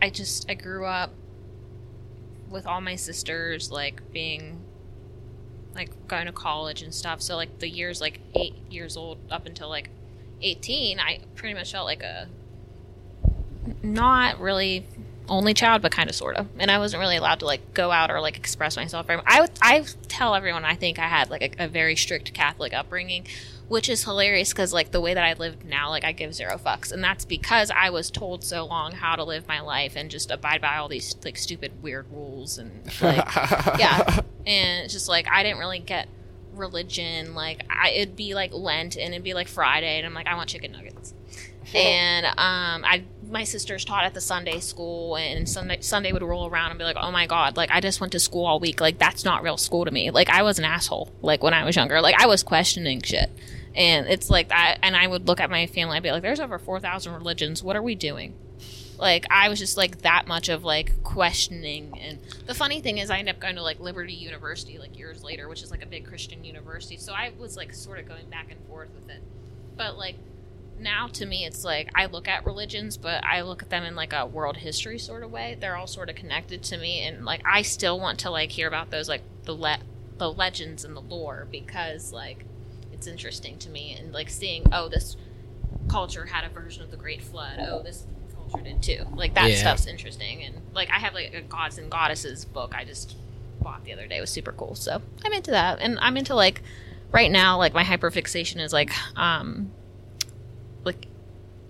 I just I grew up with all my sisters like being like going to college and stuff. So like the years like eight years old up until like eighteen, I pretty much felt like a not really only child, but kind of sort of. And I wasn't really allowed to like go out or like express myself. very much. I would- I tell everyone I think I had like a, a very strict Catholic upbringing, which is hilarious because like the way that I live now, like I give zero fucks, and that's because I was told so long how to live my life and just abide by all these like stupid weird rules and like yeah and it's just like i didn't really get religion like I, it'd be like lent and it'd be like friday and i'm like i want chicken nuggets and um i my sisters taught at the Sunday school, and Sunday Sunday would roll around and be like, "Oh my god, like I just went to school all week. Like that's not real school to me. Like I was an asshole. Like when I was younger, like I was questioning shit." And it's like that, and I would look at my family. I'd be like, "There's over four thousand religions. What are we doing?" Like I was just like that much of like questioning. And the funny thing is, I ended up going to like Liberty University like years later, which is like a big Christian university. So I was like sort of going back and forth with it, but like now to me it's like I look at religions, but I look at them in like a world history sort of way. They're all sort of connected to me, and like I still want to like hear about those like the le- the legends and the lore because like it's interesting to me and like seeing oh this culture had a version of the Great Flood. Oh this culture did too. Like that Yeah. stuff's interesting, and like I have like a gods and goddesses book I just bought the other day. It was super cool, so I'm into that, and I'm into like. Right now, like my hyperfixation is like um like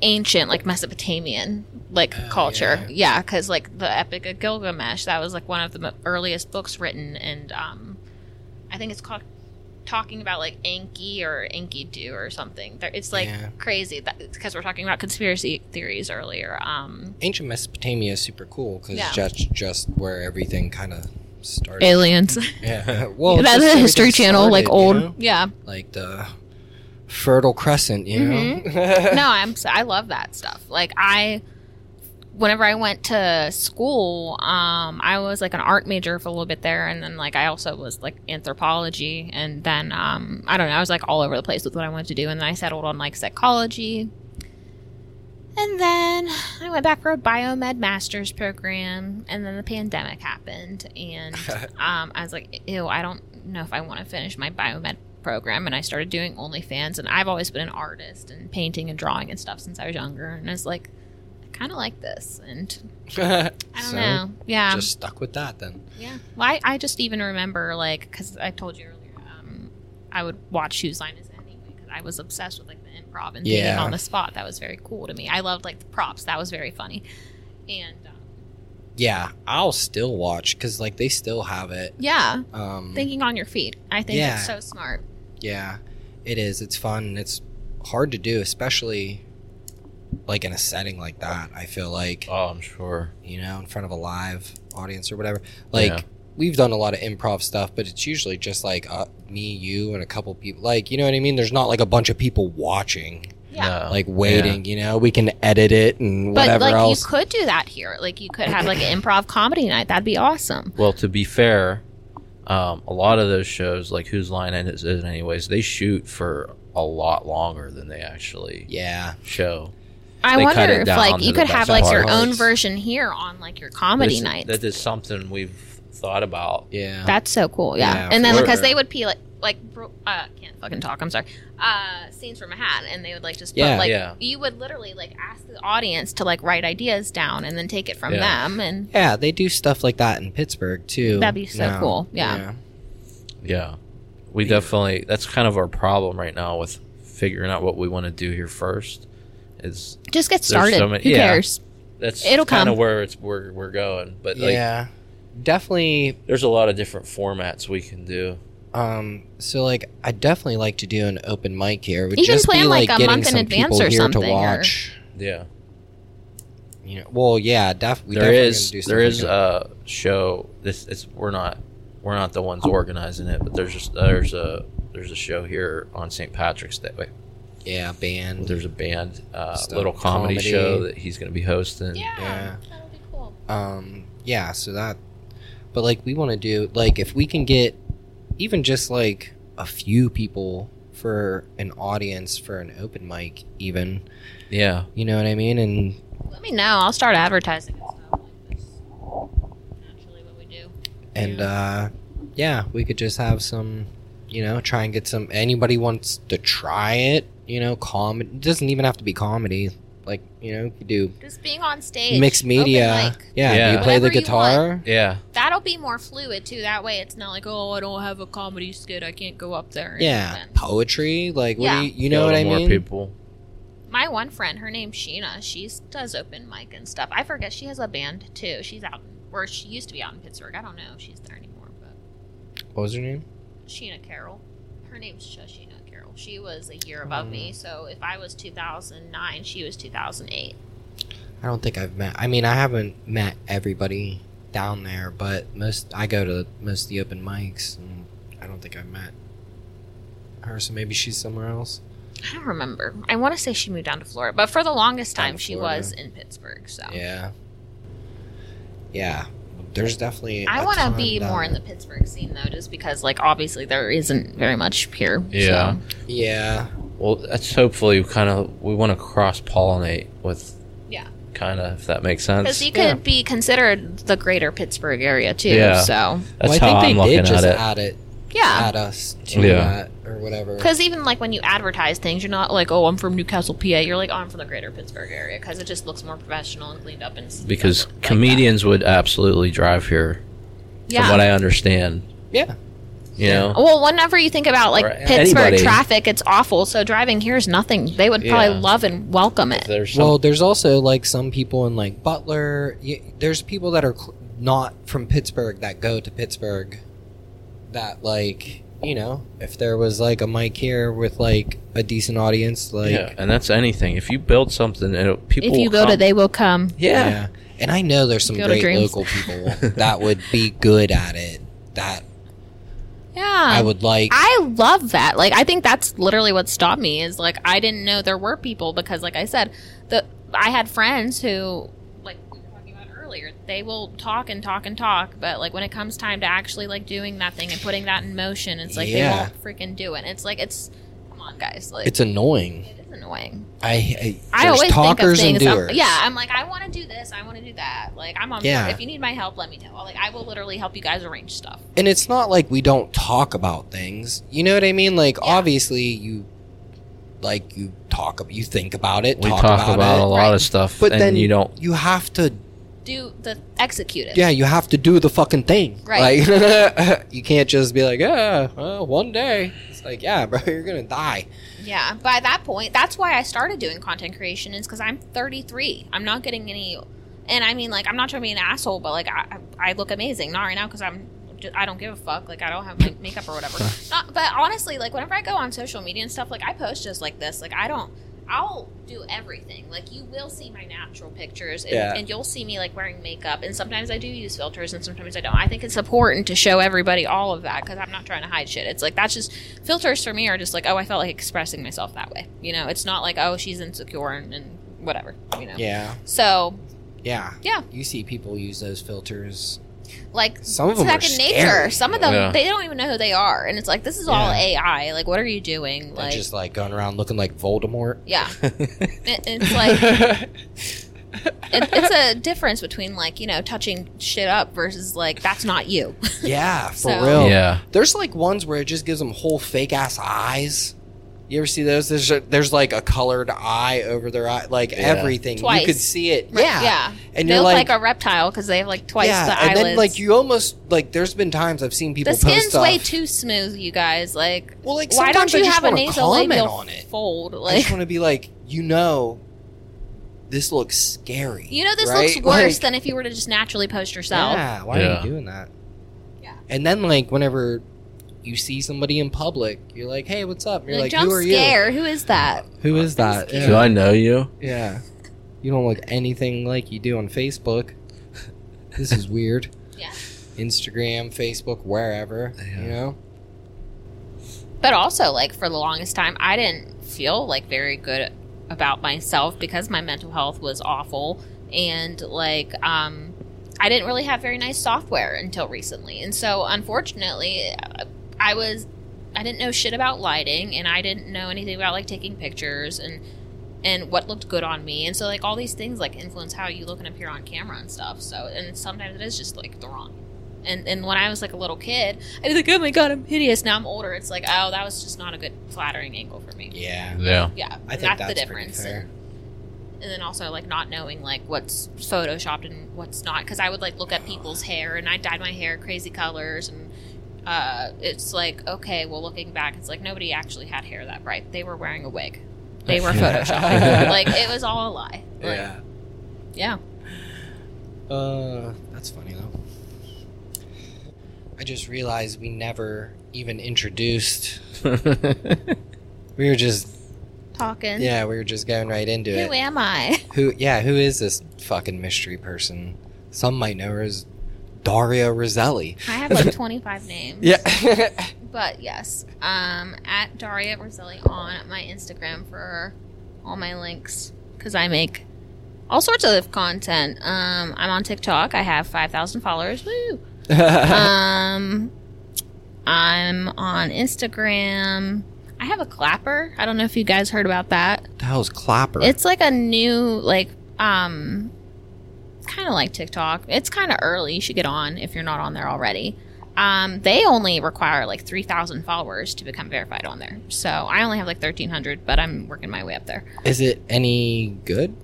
ancient like mesopotamian like Oh, culture yeah. yeah because like the epic of gilgamesh that was like one of the mo- earliest books written and um i think it's called talking about like enki or enkidu or something There- it's like Yeah. crazy because we're talking about conspiracy theories earlier um Ancient Mesopotamia is super cool because Yeah. that's just where everything kind of started. aliens Yeah. Well, it's that's just a everything history channel like started, you old know? yeah Like the Fertile Crescent, you know? no, I'm s- I love that stuff. Like I whenever I went to school, um I was like an art major for a little bit there and then like I also was like anthropology and then um I don't know, I was like all over the place with what I wanted to do and then I settled on like psychology. And then I went back for a biomed master's program and then the pandemic happened and um I was like ew, I don't know if I want to finish my biomed program and I started doing OnlyFans and I've always been an artist and painting and drawing and stuff since I was younger and I was like I kind of like this and I don't So, know Um, yeah Just stuck with that then. yeah well I, I just even remember like because I told you earlier um, I would watch Shoes Line as anyway because I was obsessed with like the improv and being Yeah. on the spot that was very cool to me I loved like the props that was very funny and um, Yeah, I'll still watch because like they still have it. yeah Mm. Um, thinking on your feet I think Yeah. it's so smart yeah, it is. It's fun. and It's hard to do, especially like in a setting like that. I feel like Oh, I'm sure. you know, in front of a live audience or whatever. Like Yeah. we've done a lot of improv stuff, but it's usually just like uh, me, you, and a couple people. Like you know what I mean? There's not like a bunch of people watching, yeah No. like waiting. You know, we can edit it and whatever but like else. you could do that here like you could have like an improv comedy night that'd be awesome Well, to be fair, um, a lot of those shows, like Whose Line It Is It Anyways, they shoot for a lot longer than they actually yeah, show. i They cut wonder it if down like to you the could have best like your parts. own version here on like your But comedy it's- night That is something we've thought about. yeah. that's so cool yeah, Oh. Yeah, and then for because sure. they would be like like bro- uh can't fucking talk i'm sorry uh scenes from a hat and they would like just put, Yeah. like Yeah. you would literally like ask the audience to like write ideas down and then take it from Yeah. them and yeah, they do stuff like that in Pittsburgh too. That'd be so cool, yeah. Yeah. We definitely, that's kind of our problem right now with figuring out what we want to do here first. Is just get There's started so many- who yeah. cares that's It'll kind come. of where it's where we're going, but like yeah. Definitely there's a lot of different formats we can do. Um, so like I definitely like to do an open mic here. It would You can just be plan, like, like, a getting month in some advance people or here something, to or- watch. Yeah, You know, well, yeah, def- we there definitely is gonna do there is something a show. This it's we're not we're not the Oh. ones organizing it, but there's just there's a there's a show here on St. Patrick's Day. Wait, like- yeah band. there's a band uh, Stuff, little comedy, comedy. show that he's going to be hosting. yeah, Yeah. that'll be cool Um, yeah, so that, but like we want to do like if we can get even just like a few people for an audience for an open mic, even yeah, you know what I mean, and Let me know. I'll start advertising and stuff like this. Naturally, what we do. and uh yeah we could just have some you know try and get some anybody wants to try it you know comedy doesn't even have to be comedy like you know you could do Just being on stage. mixed open media mic. yeah, Yeah. you play the Whatever you guitar yeah. That'll be more fluid too. That way, it's not like, oh, I don't have a comedy skit. I can't go up there. and yeah present. poetry like what Yeah. do you, you Go know what to i more mean people. My one friend, her name's Sheena. She does open mic and stuff. I forget she has a band too. She's out, or she used to be out in Pittsburgh. I don't know if she's there anymore, but what was her name Sheena Carroll. Her name's Sheena Carroll. Hmm. She was a year above me, so if I was 2009, she was 2008. I don't think I've met. I mean, I haven't met everybody down there, but most I go to most of the open mics, and I don't think I've met her. So maybe she's somewhere else. I don't remember. I want to say she moved down to Florida, but for the longest Down time to she Florida. was in Pittsburgh. So Yeah, yeah. There's definitely. I a want to ton be down more in the there. Pittsburgh scene though, just because like obviously there isn't very much here. Yeah. so- Yeah, Well, that's hopefully kind of we want to cross pollinate with Yeah. kind of if that makes sense. Because you could be considered the greater Pittsburgh area too. Yeah. So that's well, how I I'm think they looking did just at it. add it. yeah. Add us to Yeah. that or whatever. Because even like when you advertise things, you're not like, oh, I'm from Newcastle, PA. You're like, oh, I'm from the greater Pittsburgh area because it just looks more professional and cleaned up. And s- Because like that. comedians would absolutely drive here, yeah. from what I understand. Yeah. You know, well, whenever you think about like Or Pittsburgh anybody. traffic, it's awful. So driving here is nothing. They would probably Yeah. love and welcome it. there's some, Well, there's also like some people in like Butler. Y- there's people that are cl- not from Pittsburgh that go to Pittsburgh. That like you know, if there was like a mic here with like a decent audience, like yeah, and that's anything. If you build something, it'll, people If you will go to, come. they will come. yeah. And I know there's some Go to great Dreams. local people that would be good at it. That Yeah, I would like. Um, I love that. Like, I think that's literally what stopped me is like I didn't know there were people because, like I said, the I had friends who, like we were talking about earlier, they will talk and talk and talk, but like when it comes time to actually like doing that thing and putting that in motion, it's like Yeah. they won't freaking do it. It's like it's come on, guys, like it's annoying. it is annoying. I, I, I there's always talkers think and of things. I'm- doers. yeah, I'm like, I want to do this. I want to do that. Like, I'm on. Yeah. Board. If you need my help, let me know. Like, I will literally help you guys arrange stuff. and it's not like we don't talk about things. You know what I mean? Like obviously you like you talk ab- you think about it, we talk, about, a it, lot Right. of stuff, but and then you don't. you have to Do the execute it. yeah, you have to do the fucking thing. Right. Like you can't just be like, "Yeah, well, one day." It's like, "Yeah, bro, you're going to die." Yeah, by that point, that's why I started doing content creation is because I'm 33. I'm not getting any, and I mean, like, I'm not trying to be an asshole, but like, I, I look amazing. Not right now because I'm, ju- I don't give a fuck. Like, I don't have my makeup or whatever. Not, but honestly, like, whenever I go on social media and stuff, like, I post just like this. Like, I don't. I'll do everything. Like you will see my natural pictures, and, Yeah. and you'll see me like wearing makeup. And sometimes I do use filters, and sometimes I don't. I think it's important to show everybody all of that because I'm not trying to hide shit. It's like that's just filters for me are just like oh I felt like expressing myself that way. You know, it's not like oh she's insecure and, and whatever. You know. Yeah. So Yeah. Yeah. You see people use those filters. like Some of them are second nature. scary. Some of them Yeah. they don't even know who they are, and it's like this is all Yeah. AI. Like what are you doing? They're Like just like going around looking like Voldemort. yeah, It- it's like. it, it's a difference between like you know touching shit up versus like that's not you. yeah, for So- real. Yeah, There's like ones where it just gives them whole fake ass eyes. You ever see those? There's a, there's like a colored eye over their eye, like everything. Twice. You could see it. Right, Yeah, yeah. And they you're look like, like, a reptile because they have like twice yeah, the and eyelids. then like you almost like. There's been times I've seen people the post skin's stuff. way too smooth, you guys. Like, Well, like, why don't sometimes I you just have a wanna comment nasolabial on it. fold? I just Like, want to be like, you know, this looks scary. you know, this right? looks worse Like, than if you were to just naturally post yourself. Yeah, why Yeah. are you doing that? Yeah. And then like whenever you see somebody in public, you're like, hey, what's up? And you're Like, like, jump who are you? scare. Who is that? Who is that? do I know you? Yeah. You don't look anything like you do on Facebook. This is weird. Yeah. Instagram, Facebook, wherever. Yeah. You know? But also, like for the longest time, I didn't feel like very good about myself because my mental health was awful, and like um, I didn't really have very nice software until recently, and so unfortunately, I was I didn't know shit about lighting, and I didn't know anything about like taking pictures and and what looked good on me, and so like all these things like influence how you look and appear on camera and stuff. So and sometimes it is just like the wrong. And, and when I was like a little kid, I was like, oh my god, I'm hideous. Now I'm older. It's like, oh, that was just not a good flattering angle for me. Yeah. Yeah, Yeah, I think that's, that's, the pretty difference. fair. And, and then also like not knowing like what's photoshopped and what's not, because I would like look at people's hair and I dyed my hair crazy colors, and uh, it's like, okay, well, looking back, it's like nobody actually had hair that bright. They were wearing a wig. They were photoshopped. like it was all a lie. Like, Yeah. yeah. Uh, that's funny though. I just realized we never even introduced. We were just talking. Yeah, we were just going right into it. Who am I? Who? Yeah, who is this fucking mystery person? Some might know her as Daria Roselli. I have like 25 names. Yeah. But yes, um, at Daria Roselli on my Instagram for all my links because I make all sorts of content. Um, I'm on TikTok. I have 5,000 followers. Woo! um, I'm on Instagram. I have a clapper. I don't know if you guys heard about that. the hell's Clapper? It's like a new like um kind of like TikTok. It's kind of early. You should get on if you're not on there already. Um, they only require like 3,000 followers to become verified on there. So I only have like 1,300, but I'm working my way up there. is it any good?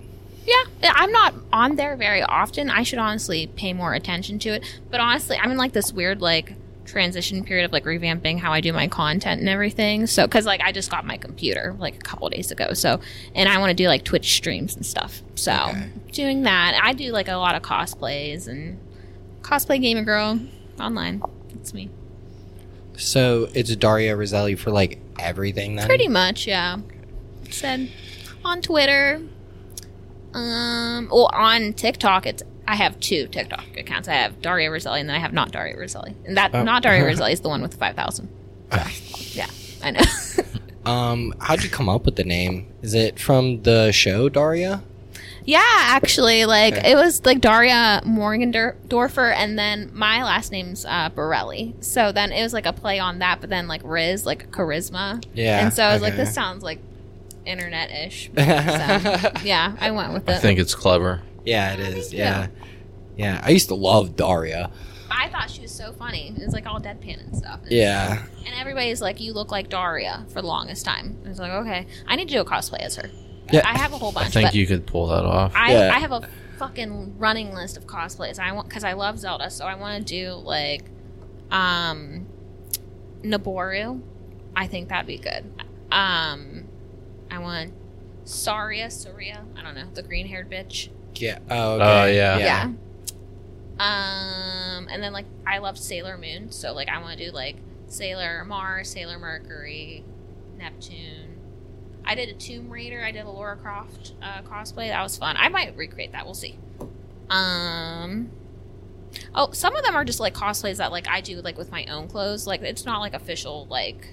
Yeah, I'm not on there very often. I should honestly pay more attention to it. But honestly, I'm in like this weird like transition period of like revamping how I do my content and everything. So cuz like I just got my computer like a couple days ago. So and I want to do like Twitch streams and stuff. So Okay. doing that. I do like a lot of cosplays and cosplay gamer girl online. That's me. So it's Daria Roselli for like everything then. Pretty much, yeah. Said on Twitter. Um, well, on TikTok, it's I have two TikTok accounts. I have Daria Roselli, and then I have not Daria Roselli. And that Oh. not Daria Roselli is the one with the five thousand. yeah, I know. Um, how'd you come up with the name? Is it from the show Daria? yeah, actually, like Okay. it was like Daria Morgendorfer, and then my last name's uh, Borelli. So then it was like a play on that, but then like Riz, like charisma. Yeah, And so I was like, okay. this sounds like internet ish. So, yeah, I went with it. I think it's clever. Yeah, it is. thank you. Yeah. Yeah, I used to love Daria. I thought she was so funny. It was like all deadpan and stuff. Yeah. And everybody's like, "You look like Daria" for the longest time. I was like, "Okay, I need to do a cosplay as her." Yeah. I have a whole bunch. I think but you could pull that off. I, Yeah. I have a fucking running list of cosplays. I want because I love Zelda, so I want to do like, um, Naboru. I think that'd be good. Um, I want Saria, Saria. I don't know the green-haired bitch. Yeah. Oh, Oh, okay. yeah. Yeah. Um, and then like I love Sailor Moon, so like I want to do like Sailor Mars, Sailor Mercury, Neptune. I did a Tomb Raider. I did a Laura Croft uh, cosplay. That was fun. I might recreate that. We'll see. Um. Oh, some of them are just like cosplays that like I do like with my own clothes. Like it's not like official like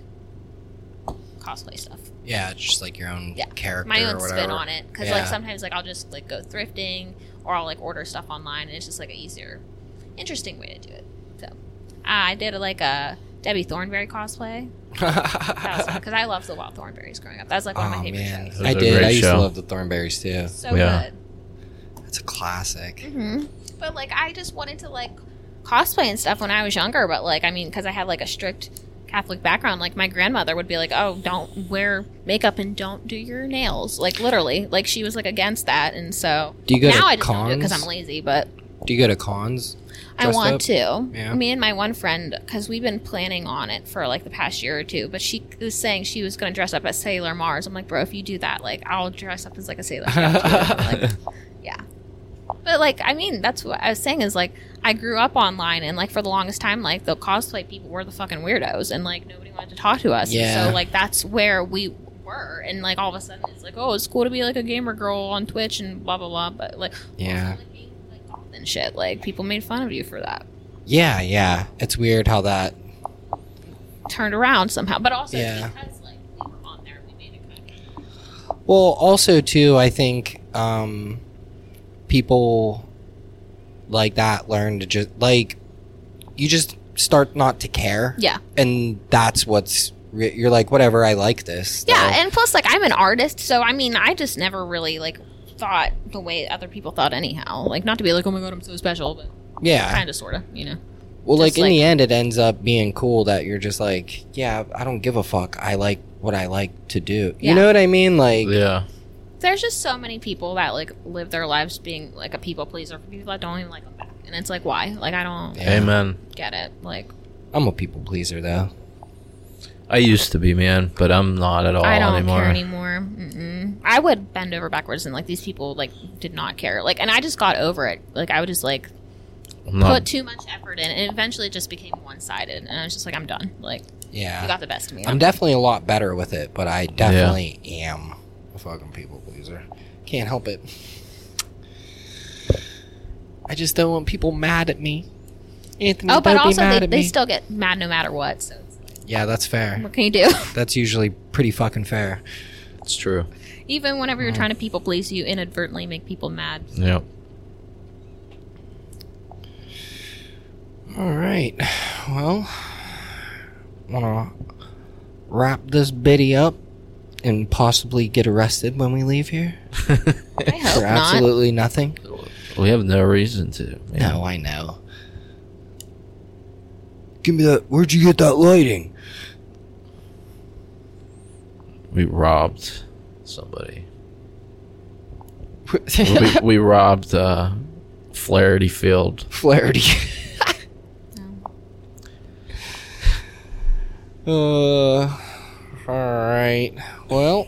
cosplay stuff Yeah, it's just like your own Yeah. character my own or whatever. spin on it because Yeah. like sometimes like i'll just like go thrifting or i'll like order stuff online and it's just like an easier interesting way to do it so uh, i did like a debbie thornberry cosplay that was fun because i loved the wild thornberries growing up that was like one of oh my favorite man, shows Those I are did. great I used to show. love the Thornberries too. so Yeah. That's a classic. good hmm but like i just wanted to like cosplay and stuff when i was younger but like i mean because i had like a strict Catholic background, like my grandmother would be like, "Oh, don't wear makeup and don't do your nails." Like literally, like she was like against that, and so Do you go now to I just don't do it because cons? I'm lazy, but Do you go to cons? I dressed want up? to. Yeah. Me and my one friend, because we've been planning on it for like the past year or two, but she was saying she was going to dress up as Sailor Mars. I'm like, bro, if you do that, like, I'll dress up as like a Sailor Scout, too." Like, yeah. But like, I mean, that's what I was saying is like, I grew up online, and like for the longest time, like the cosplay people were the fucking weirdos, and like nobody wanted to talk to us. And Yeah. so like that's where we were, and like all of a sudden it's like, oh, it's cool to be like a gamer girl on Twitch and blah blah blah. But like, Yeah. like, being, like, goth and shit. Like people made fun of you for that. Yeah, yeah. It's weird how that. Turned around somehow, but also Yeah. because like we were on there, we made it kind of. Well, also too, I think um, people like that learn to just like you just start not to care, Yeah, and that's what's re- you're like whatever. I like this. yeah, though. and plus like I'm an artist, so I mean I just never really like thought the way other people thought anyhow. Like not to be like oh my god I'm so special, but yeah. kind of sorta, you know. Well, Just like in like- the end, it ends up being cool that you're just like, yeah, I don't give a fuck. I like what I like to do. Yeah. You know what I mean? Like, Yeah. There's just so many people that like live their lives being like a people pleaser for people that don't even like them back, and it's like why? Like I don't Yeah. Amen. get it. Like I'm a people pleaser though. I used to be, man, but I'm not at all I don't anymore. care anymore. Mm-mm. I would bend over backwards, and like these people, like did not care. Like, and I just got over it. Like, I would just like I'm not- put too much effort in, and eventually it just became one sided. And I was just like, I'm done. Like, you Yeah, got the best of me. I'm definitely a lot better with it, but I definitely am. a fucking people pleaser. Can't help it. I just don't want people mad at me. Anthony, Oh, but don't be also mad they, at they me. still get mad no matter what. So it's like, yeah, that's fair. what can you do? That's usually pretty fucking fair. It's true. Even whenever you're trying to people please, you inadvertently make people mad. Yep. All right. Well, want to wrap this bitty up and possibly get arrested when we leave here I hope for not. absolutely nothing? We have no reason to. man. No, I know. Give me that. Where'd you get that lighting? We robbed somebody. we, we robbed uh, Flaherty Field. Flaherty. uh, all right. Well,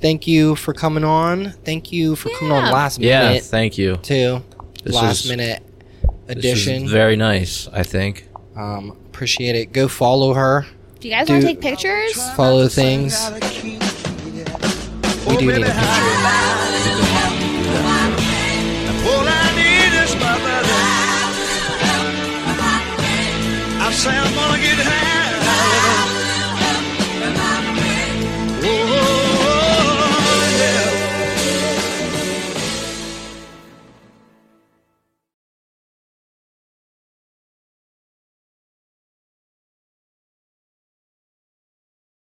thank you for coming on. Thank you for coming on Yeah. last Yeah, minute thank you. too. This last is- minute This is edition. very nice, I think. um, appreciate it. Go follow her. Do you guys want Dude. to take pictures? Follow things. We do need a picture. All I need is my brother. I say I'm gonna get high. Oh,